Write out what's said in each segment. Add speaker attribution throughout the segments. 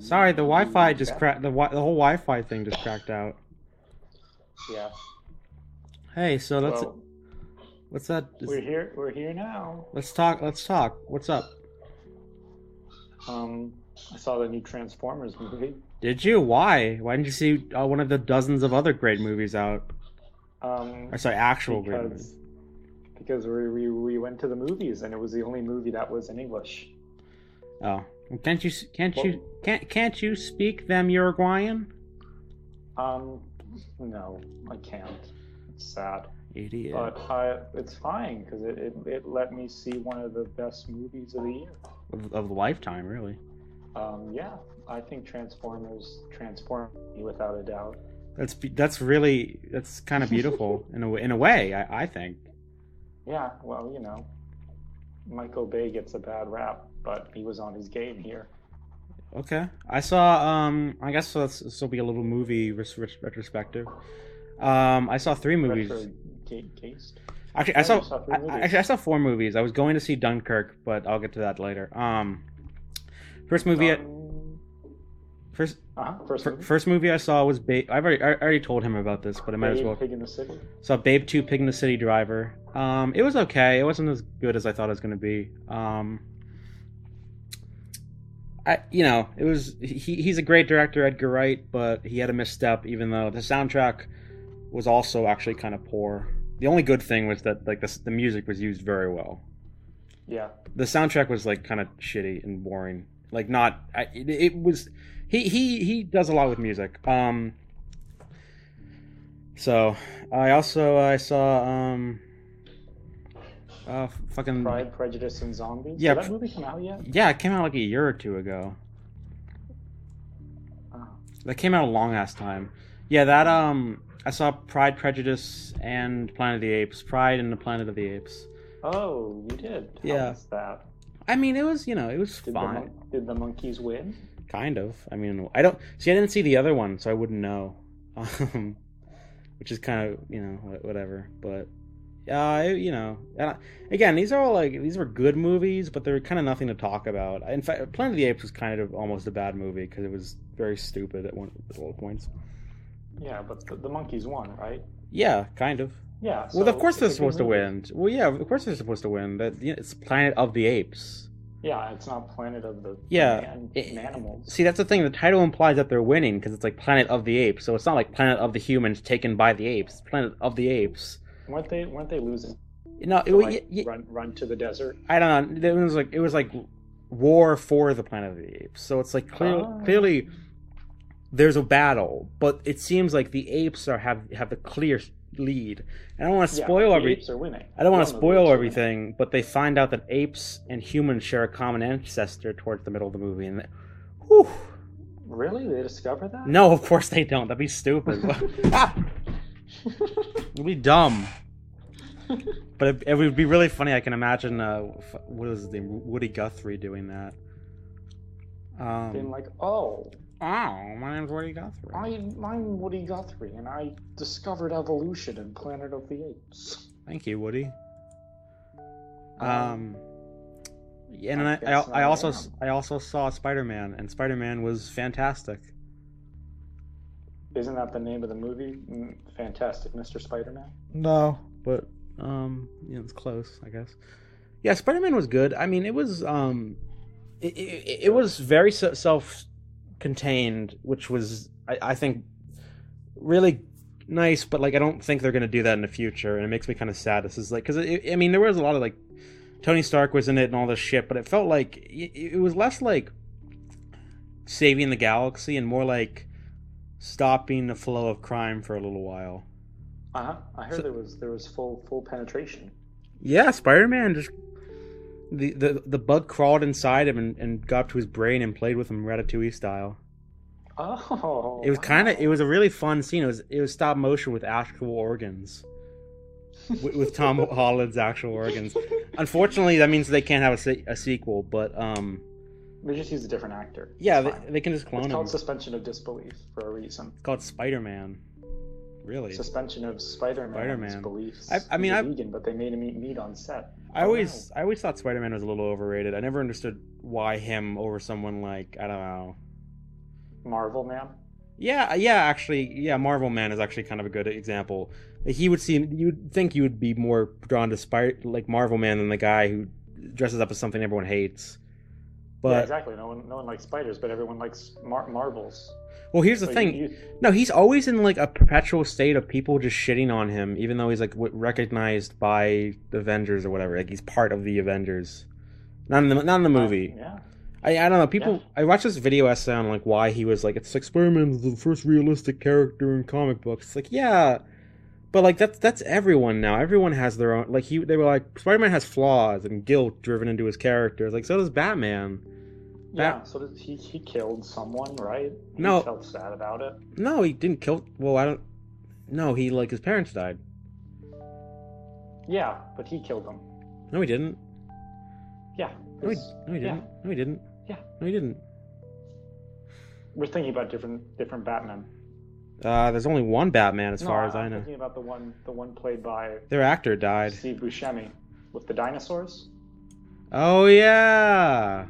Speaker 1: Sorry, the Wi-Fi just cracked. The wi- the whole Wi-Fi thing just cracked out.
Speaker 2: Yeah.
Speaker 1: Hey, so let's
Speaker 2: Well,
Speaker 1: what's that?
Speaker 2: we're here. We're here now.
Speaker 1: Let's talk. Let's talk. What's up?
Speaker 2: Um, I saw the new Transformers movie.
Speaker 1: Did you? Why? Why didn't you see uh, one of the dozens of other great movies out?
Speaker 2: Um,
Speaker 1: Or sorry, actual great movies.
Speaker 2: because because we, we we went to the movies and it was the only movie that was in English.
Speaker 1: Oh, Well, can't you? s- Can't you? Can't can't you speak them Uruguayan?
Speaker 2: Um, no, I can't. It's sad,
Speaker 1: Idiot.
Speaker 2: but I, it's fine because it, it it let me see one of the best movies of the year.
Speaker 1: of, of the lifetime, really.
Speaker 2: Um, yeah, I think Transformers transformed me without a doubt.
Speaker 1: That's be- that's really that's kind of beautiful in a w- in a way. I, I think.
Speaker 2: Yeah, well, you know, Michael Bay gets a bad rap, but he was on his game here.
Speaker 1: Okay, I saw. Um, I guess this, this will be a little movie res- ret- retrospective. Um, I saw three movies.
Speaker 2: Retro ga- gaze.
Speaker 1: Actually, I
Speaker 2: Oh,
Speaker 1: saw.
Speaker 2: you saw three
Speaker 1: I, I-
Speaker 2: movies.
Speaker 1: actually, I saw four movies. I was going to see Dunkirk, but I'll get to that later. Um, first movie. I-
Speaker 2: Um,
Speaker 1: First,
Speaker 2: uh-huh, first,
Speaker 1: fir-
Speaker 2: movie.
Speaker 1: first movie I saw was Babe. I've already, I already told him about this, but I might as
Speaker 2: Babe,
Speaker 1: well.
Speaker 2: Pig in the City.
Speaker 1: Saw Babe Two, Pig in the City Driver. Um, it was okay. It wasn't as good as I thought it was going to be. Um, I, you know, it was. He, he's a great director, Edgar Wright, but he had a misstep. Even though the soundtrack was also actually kind of poor. The only good thing was that like the s- the music was used very well.
Speaker 2: Yeah,
Speaker 1: The soundtrack was like kind of shitty and boring. Like not. I, it, it was. He he he does a lot with music. Um. So I also I saw um. Uh, f- fucking
Speaker 2: Pride, Prejudice, and Zombies.
Speaker 1: Yeah,
Speaker 2: Did
Speaker 1: pr-
Speaker 2: that movie come out yet?
Speaker 1: yeah, it came out like a year or two ago.
Speaker 2: Oh,
Speaker 1: That came out a long ass time. Yeah, that um, I saw Pride, Prejudice, and Planet of the Apes. Pride and the Planet of the Apes.
Speaker 2: oh you did. How
Speaker 1: Yeah.
Speaker 2: was that?
Speaker 1: I mean, it was you know it was
Speaker 2: Did the,
Speaker 1: fine,
Speaker 2: mon- did the monkeys win?
Speaker 1: kind of. I mean, I don't see. I didn't see the other one, so I wouldn't know. Um, which is kind of you know wha- whatever, but. Uh, you know, and I, again, these are all like these were good movies, but they're kind of nothing to talk about. In fact, Planet of the Apes was kind of almost a bad movie because it was very stupid at one at all points.
Speaker 2: Yeah, but the, the monkeys won, right?
Speaker 1: Yeah, kind of.
Speaker 2: Yeah.
Speaker 1: Well,
Speaker 2: so
Speaker 1: of course
Speaker 2: it's
Speaker 1: they're
Speaker 2: a good
Speaker 1: supposed to
Speaker 2: movie.
Speaker 1: win. Well, yeah, of course they're supposed to win. That you know, it's Planet of the Apes.
Speaker 2: Yeah, it's not Planet of the
Speaker 1: Yeah,
Speaker 2: man,
Speaker 1: it-
Speaker 2: animals.
Speaker 1: See, that's the thing. The title implies that they're winning because it's like Planet of the Apes. So it's not like Planet of the Humans taken by the apes. It's Planet of the Apes.
Speaker 2: Weren't they? Weren't they losing?
Speaker 1: No, it,
Speaker 2: So,
Speaker 1: wa-
Speaker 2: like,
Speaker 1: y- y-
Speaker 2: run, run to the desert.
Speaker 1: I don't know. It was like it was like war for the Planet of the Apes. So it's like clear,
Speaker 2: Ah.
Speaker 1: clearly there's a battle, but it seems like the apes are have have the clear lead. And I don't want to
Speaker 2: Yeah,
Speaker 1: spoil
Speaker 2: the
Speaker 1: everything.
Speaker 2: apes are winning.
Speaker 1: I don't want
Speaker 2: We
Speaker 1: to
Speaker 2: all know the apes
Speaker 1: spoil
Speaker 2: are
Speaker 1: everything, but they find out that apes and humans share a common ancestor towards the middle of the movie, and they, whew,
Speaker 2: winning. Really, they discover that?
Speaker 1: no, of course they don't. That'd be stupid. Ah! It'd be dumb. But it, it would be really funny. I can imagine uh, f- what is his name, Woody Guthrie, doing that.
Speaker 2: Being
Speaker 1: Um,
Speaker 2: like, oh,
Speaker 1: oh, my name's Woody Guthrie.
Speaker 2: I, I'm Woody Guthrie, and I discovered evolution in Planet of the Apes.
Speaker 1: Thank you, Woody.
Speaker 2: Um,
Speaker 1: Um, and
Speaker 2: I
Speaker 1: I, I,
Speaker 2: guess
Speaker 1: I
Speaker 2: I
Speaker 1: also
Speaker 2: am.
Speaker 1: I also saw Spider Man, and Spider Man was fantastic.
Speaker 2: Isn't that the name of the movie? Mm, Fantastic Mr. Spider-Man.
Speaker 1: No, but um, you know, it's close, I guess. Yeah, Spider Man was good. I mean, it was um, it it, it was very se- self-contained, which was I, I think really nice. But like, I don't think they're gonna do that in the future, and it makes me kind of sad. This is like because I mean, there was a lot of like Tony Stark was in it and all this shit, but it felt like it, it was less like saving the galaxy and more like stopping the flow of crime for a little while.
Speaker 2: Uh huh. I heard
Speaker 1: So-
Speaker 2: there was there was full full penetration.
Speaker 1: Yeah, Spider Man just the, the the bug crawled inside him and, and got up to his brain and played with him ratatouille style.
Speaker 2: Oh.
Speaker 1: It was kinda it was a really fun scene. It was it was stop motion with actual organs. With, with Tom Holland's actual organs. Unfortunately that means they can't have a, se- a sequel, but um
Speaker 2: They just used a different actor.
Speaker 1: yeah,
Speaker 2: It's
Speaker 1: they,
Speaker 2: fine.
Speaker 1: they can just clone
Speaker 2: it's
Speaker 1: him.
Speaker 2: called suspension of disbelief for a reason.
Speaker 1: it's called Spider Man. Really?
Speaker 2: Suspension of Spider-Man's
Speaker 1: Spider-Man.
Speaker 2: beliefs.
Speaker 1: I- I mean,
Speaker 2: He's a
Speaker 1: I-
Speaker 2: vegan, but they made him eat meat on set.
Speaker 1: I
Speaker 2: Oh,
Speaker 1: always I always thought Spider Man was a little overrated. I never understood why him over someone like I don't know
Speaker 2: Marvel Man.
Speaker 1: Yeah, uh, yeah, actually, yeah, Marvel Man is actually kind of a good example. He would seem you'd think you would be more drawn to Spy- like Marvel Man than the guy who dresses up as something everyone hates.
Speaker 2: yeah,
Speaker 1: But
Speaker 2: exactly. No one, no one likes spiders, but everyone likes mar- marvels.
Speaker 1: well, here's the
Speaker 2: So you-
Speaker 1: thing.
Speaker 2: you-
Speaker 1: No, he's always in like a perpetual state of people just shitting on him, even though he's like w- recognized by the Avengers or whatever. Like he's part of the Avengers. Not in the not in the movie.
Speaker 2: uh, yeah.
Speaker 1: I, I don't know. People, I watched this video essay on like why he was like it's like Spider-Man's the first realistic character in comic books. It's like yeah, but like that's that's everyone now. Everyone has their own. Like he, they were like Spider-Man has flaws and guilt driven into his character. It's like so does Batman.
Speaker 2: Yeah, so does he, he killed someone, right? He
Speaker 1: No.
Speaker 2: felt sad about it.
Speaker 1: No, he didn't kill. Well, I don't. No, he like his parents died.
Speaker 2: Yeah, but he killed them.
Speaker 1: No, he didn't.
Speaker 2: Yeah.
Speaker 1: No, he,
Speaker 2: 'cause-
Speaker 1: no, he
Speaker 2: yeah.
Speaker 1: didn't. No, he didn't.
Speaker 2: Yeah.
Speaker 1: No, he didn't.
Speaker 2: We're thinking about different different Batman.
Speaker 1: Uh, there's only one Batman, as
Speaker 2: No, uh,
Speaker 1: far as
Speaker 2: I'm
Speaker 1: I know.
Speaker 2: Thinking about the one the one played by
Speaker 1: Their actor died.
Speaker 2: Steve Buscemi with the dinosaurs.
Speaker 1: Oh yeah.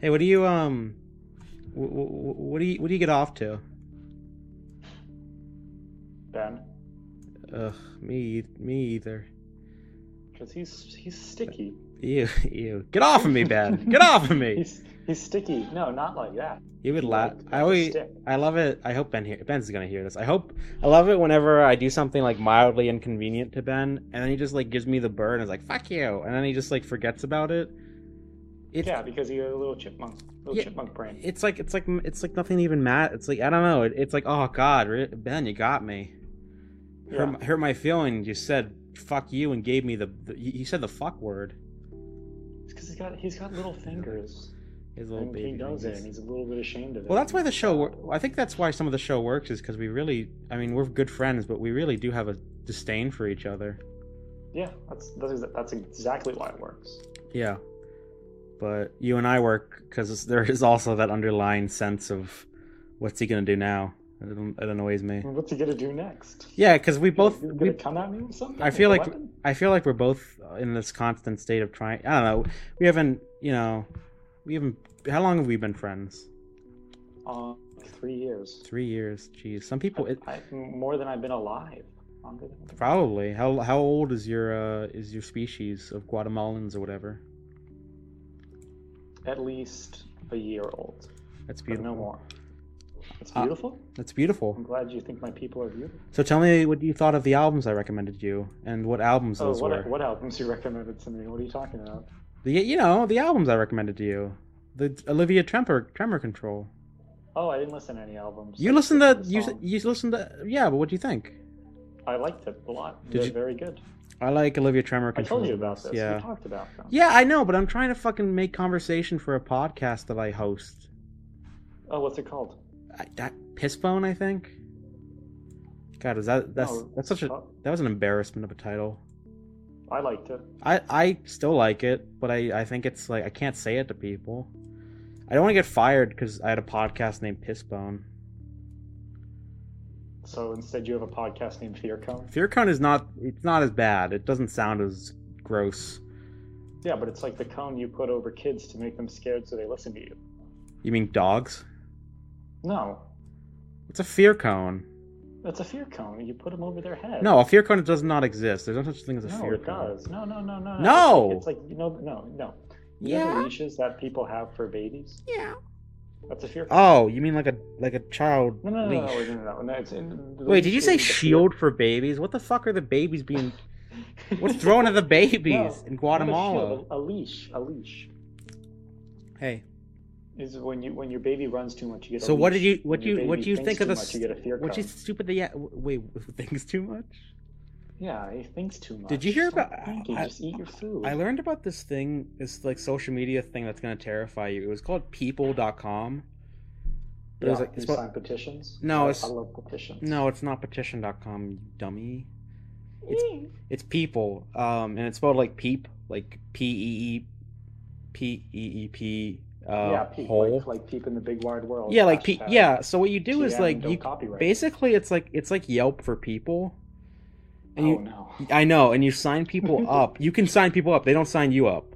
Speaker 1: Hey, what do you um, wh- wh- wh- what do you what do you get off to?
Speaker 2: Ben,
Speaker 1: Ugh, me e, me either.
Speaker 2: because he's he's sticky.
Speaker 1: Ew, ew. Get off of me, Ben. Get off of me.
Speaker 2: He's he's sticky. No, not like that.
Speaker 1: You would laugh.
Speaker 2: Like
Speaker 1: I always,
Speaker 2: stick.
Speaker 1: I love it. I hope Ben here. Ben's gonna hear this. I hope. I love it whenever I do something like mildly inconvenient to Ben, and then he just like gives me the bird and is like "fuck you," and then he just like forgets about it. It's
Speaker 2: Yeah, because he's a little chipmunk, little
Speaker 1: Yeah.
Speaker 2: chipmunk brain.
Speaker 1: it's like it's like it's like nothing even mat. It's like I don't know. It, it's like oh god, re- Ben, you got me. Hurt,
Speaker 2: Yeah.
Speaker 1: my- hurt my feelings. You said "fuck you" and gave me the. the you you said the fuck word.
Speaker 2: because he's got he's got little fingers.
Speaker 1: His little
Speaker 2: And
Speaker 1: baby.
Speaker 2: he knows it,
Speaker 1: fingers.
Speaker 2: and he's a little bit ashamed of it.
Speaker 1: Well, that's why the show. wor- I think that's why some of the show works is because we really. I mean, we're good friends, but we really do have a disdain for each other.
Speaker 2: Yeah, that's that is, that's exactly why it works.
Speaker 1: Yeah. But you and I work because there is also that underlying sense of, what's he gonna do now? It, an- it annoys me.
Speaker 2: What's he gonna do next?
Speaker 1: Yeah, because we both.
Speaker 2: He's
Speaker 1: We,
Speaker 2: gonna come at me with something.
Speaker 1: I feel
Speaker 2: With a
Speaker 1: like-
Speaker 2: weapon?
Speaker 1: I feel like we're both uh, in this constant state of trying. I don't know. We haven't. You know. We haven't. How long have we been friends?
Speaker 2: uh, three years.
Speaker 1: Three years. Jeez. Some people. It,
Speaker 2: I, more than I've been alive. Longer than I've been-
Speaker 1: Probably. How how old is your uh, is your species of Guatemalans or whatever?
Speaker 2: At least a year old.
Speaker 1: That's
Speaker 2: But
Speaker 1: beautiful.
Speaker 2: no more. It's
Speaker 1: Uh,
Speaker 2: beautiful.
Speaker 1: That's
Speaker 2: I'm
Speaker 1: beautiful.
Speaker 2: glad you think my people are beautiful.
Speaker 1: So tell me what you thought of the albums I recommended you, and what albums
Speaker 2: Oh,
Speaker 1: those were.
Speaker 2: what, what albums you recommended to me? What are you talking about?
Speaker 1: The you know the albums I recommended to you. The Olivia Tremper Tremor Control.
Speaker 2: Oh, I didn't listen to any albums.
Speaker 1: You
Speaker 2: I just
Speaker 1: listened to you
Speaker 2: listened the
Speaker 1: s-
Speaker 2: song.
Speaker 1: you listened to yeah, but what do you think?
Speaker 2: I liked it a lot.
Speaker 1: Did
Speaker 2: They're
Speaker 1: you-
Speaker 2: very good.
Speaker 1: I like Olivia Tremor
Speaker 2: I
Speaker 1: Control.
Speaker 2: told you about this.
Speaker 1: Yeah.
Speaker 2: We talked about them.
Speaker 1: Yeah, I know, but I'm trying to fucking make conversation for a podcast that I host.
Speaker 2: Oh, what's it called?
Speaker 1: I, that Pissbone, I think. God, is that that's
Speaker 2: No,
Speaker 1: that's such a
Speaker 2: oh,
Speaker 1: that was an embarrassment of a title.
Speaker 2: I liked it.
Speaker 1: I I still like it, but I I think it's like I can't say it to people. I don't want to get fired because I had a podcast named Pissbone.
Speaker 2: So instead, you have a podcast named Fear Cone.
Speaker 1: Fearcon is not it's not as bad. It doesn't sound as gross.
Speaker 2: Yeah, but it's like the cone you put over kids to make them scared so they listen to you.
Speaker 1: You mean dogs?
Speaker 2: No,
Speaker 1: It's a fear cone.
Speaker 2: that's a fear cone. You put them over their head.
Speaker 1: No, a fear cone does not exist. There's no such thing as a
Speaker 2: no,
Speaker 1: fear
Speaker 2: it
Speaker 1: cone.
Speaker 2: does. No, no, no, no.
Speaker 1: No!
Speaker 2: It's like, it's like you know, no, no. You know the
Speaker 1: Yeah.
Speaker 2: leashes that people have for babies.
Speaker 1: Yeah.
Speaker 2: That's a fear. Cone.
Speaker 1: Oh, you mean like a like a child
Speaker 2: no, no, no, no,
Speaker 1: leash.
Speaker 2: no, no, no, no, it's in- the
Speaker 1: Wait, did
Speaker 2: leash
Speaker 1: you
Speaker 2: is
Speaker 1: say
Speaker 2: the fear-
Speaker 1: shield for babies? What the fuck are the babies being What's thrown at the babies in
Speaker 2: Not a shield,
Speaker 1: Guatemala?
Speaker 2: A, a leash. A leash
Speaker 1: Hey,
Speaker 2: is when you when your baby runs too much. You get. A
Speaker 1: So what
Speaker 2: leash.
Speaker 1: did you- what
Speaker 2: When your
Speaker 1: you- what
Speaker 2: baby
Speaker 1: do you
Speaker 2: thinks
Speaker 1: think of
Speaker 2: too
Speaker 1: the
Speaker 2: much,
Speaker 1: s-
Speaker 2: You get a fear
Speaker 1: what you
Speaker 2: cone.
Speaker 1: stupid yeah, wait, things too much?
Speaker 2: Yeah, he thinks too much.
Speaker 1: Did you hear
Speaker 2: Stop
Speaker 1: about-
Speaker 2: Thinking.
Speaker 1: I-
Speaker 2: Just eat your food.
Speaker 1: I learned about this thing, this like social media thing that's gonna terrify you. It was called people.com. But
Speaker 2: yeah,
Speaker 1: it was like
Speaker 2: you
Speaker 1: it's about-
Speaker 2: sign petitions.
Speaker 1: No,
Speaker 2: I,
Speaker 1: it's-
Speaker 2: I love petitions.
Speaker 1: no, it's not petition.com, you dummy. It's it's people. Um and it's spelled like peep, like P E E P E E P uh
Speaker 2: yeah, peep,
Speaker 1: hole.
Speaker 2: like, like peep in the big wide world.
Speaker 1: yeah, like pe-
Speaker 2: Hashtag
Speaker 1: yeah, so what you do is
Speaker 2: TM,
Speaker 1: like
Speaker 2: don't
Speaker 1: you
Speaker 2: copyright.
Speaker 1: basically it's like it's like Yelp for people. And
Speaker 2: oh
Speaker 1: you
Speaker 2: no.
Speaker 1: I know, and you sign people up. You can sign people up. They don't sign you up.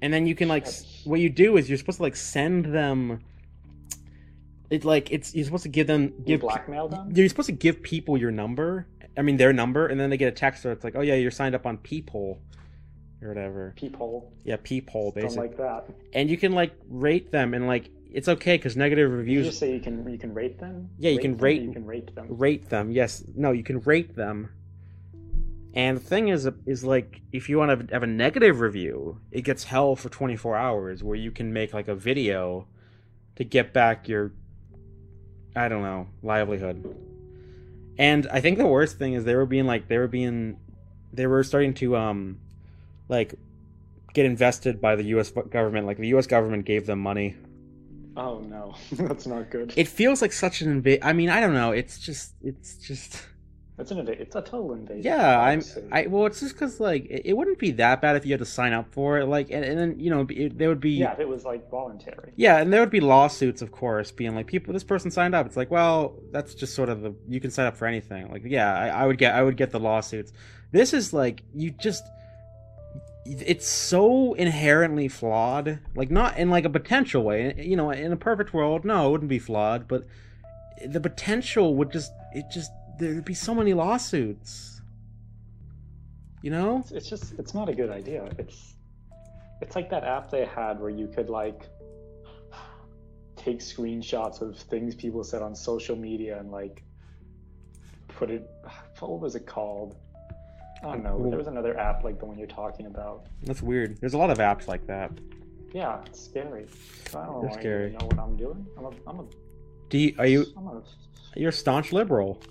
Speaker 1: And then you can like s-
Speaker 2: Shit.
Speaker 1: what you do is you're supposed to like send them It's like it's you're supposed to give them
Speaker 2: You
Speaker 1: give
Speaker 2: blackmail them?
Speaker 1: you're supposed to give people your number. I mean their number, and then they get a text where it's like, oh yeah, you're signed up on Peephole or whatever.
Speaker 2: Peephole.
Speaker 1: Yeah, Peephole
Speaker 2: Don't
Speaker 1: basically.
Speaker 2: like that.
Speaker 1: and you can like rate them, and like it's okay because negative
Speaker 2: You
Speaker 1: reviews
Speaker 2: just say you can you can rate them.
Speaker 1: Yeah, you can
Speaker 2: them, or
Speaker 1: rate-
Speaker 2: You can rate them.
Speaker 1: rate them. Yes, no, you can rate them. And the thing is, is like if you want to have a negative review, it gets hell for 24 hours, where you can make like a video to get back your, I don't know, livelihood. And I think the worst thing is they were being like they were being, they were starting to um, like, get invested by the U.S. government. Like the U.S. government gave them money
Speaker 2: Oh no, that's not good.
Speaker 1: it feels like such an inva- i mean i don't know it's just it's just
Speaker 2: That's an inva- It's a total invasion.
Speaker 1: yeah i'm
Speaker 2: privacy.
Speaker 1: i well it's just because like it, it wouldn't be that bad if you had to sign up for it like and, and then you know it, there would be
Speaker 2: Yeah, if it was like voluntary.
Speaker 1: Yeah, and there would be lawsuits, of course, being like, people, this person signed up. It's like, well, that's just sort of the you can sign up for anything. Like, yeah, I, I would get, I would get the lawsuits. This is like you just, it's so inherently flawed. Like, not in like a potential way. You know, in a perfect world, no, it wouldn't be flawed, but the potential would just, it just, there'd be so many lawsuits. You know?
Speaker 2: It's, it's just it's not a good idea. It's it's like that app they had where you could like take screenshots of things people said on social media and like put it. What was it called? I don't know. There was another app like the one you're talking about.
Speaker 1: That's weird. There's a lot of apps like that.
Speaker 2: Yeah, it's scary. I don't
Speaker 1: They're
Speaker 2: know,
Speaker 1: scary.
Speaker 2: I know what I'm doing. I'm a, I'm a,
Speaker 1: Do you, are you,
Speaker 2: I'm a,
Speaker 1: you're a staunch liberal?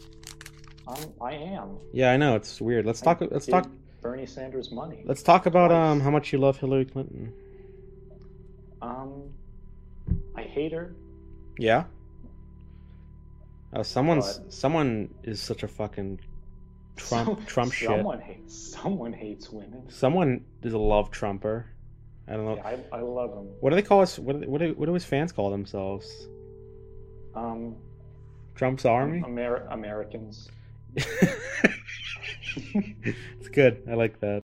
Speaker 2: I'm, I am.
Speaker 1: Yeah, I know it's weird. Let's talk. Let's
Speaker 2: Give
Speaker 1: talk.
Speaker 2: Bernie Sanders money.
Speaker 1: Let's talk about
Speaker 2: Twice.
Speaker 1: um how much you love Hillary Clinton.
Speaker 2: Um, I hate her.
Speaker 1: Yeah. Oh, someone's
Speaker 2: But-
Speaker 1: someone is such a fucking Trump
Speaker 2: So-
Speaker 1: Trump shit. Someone.
Speaker 2: Someone hates. Someone hates women.
Speaker 1: is a love Trumper. I don't know.
Speaker 2: Yeah, I, I love them.
Speaker 1: What do they call us? What do, what do what do his fans call themselves?
Speaker 2: Um,
Speaker 1: Trump's army.
Speaker 2: Amer- Americans.
Speaker 1: it's good. I like that.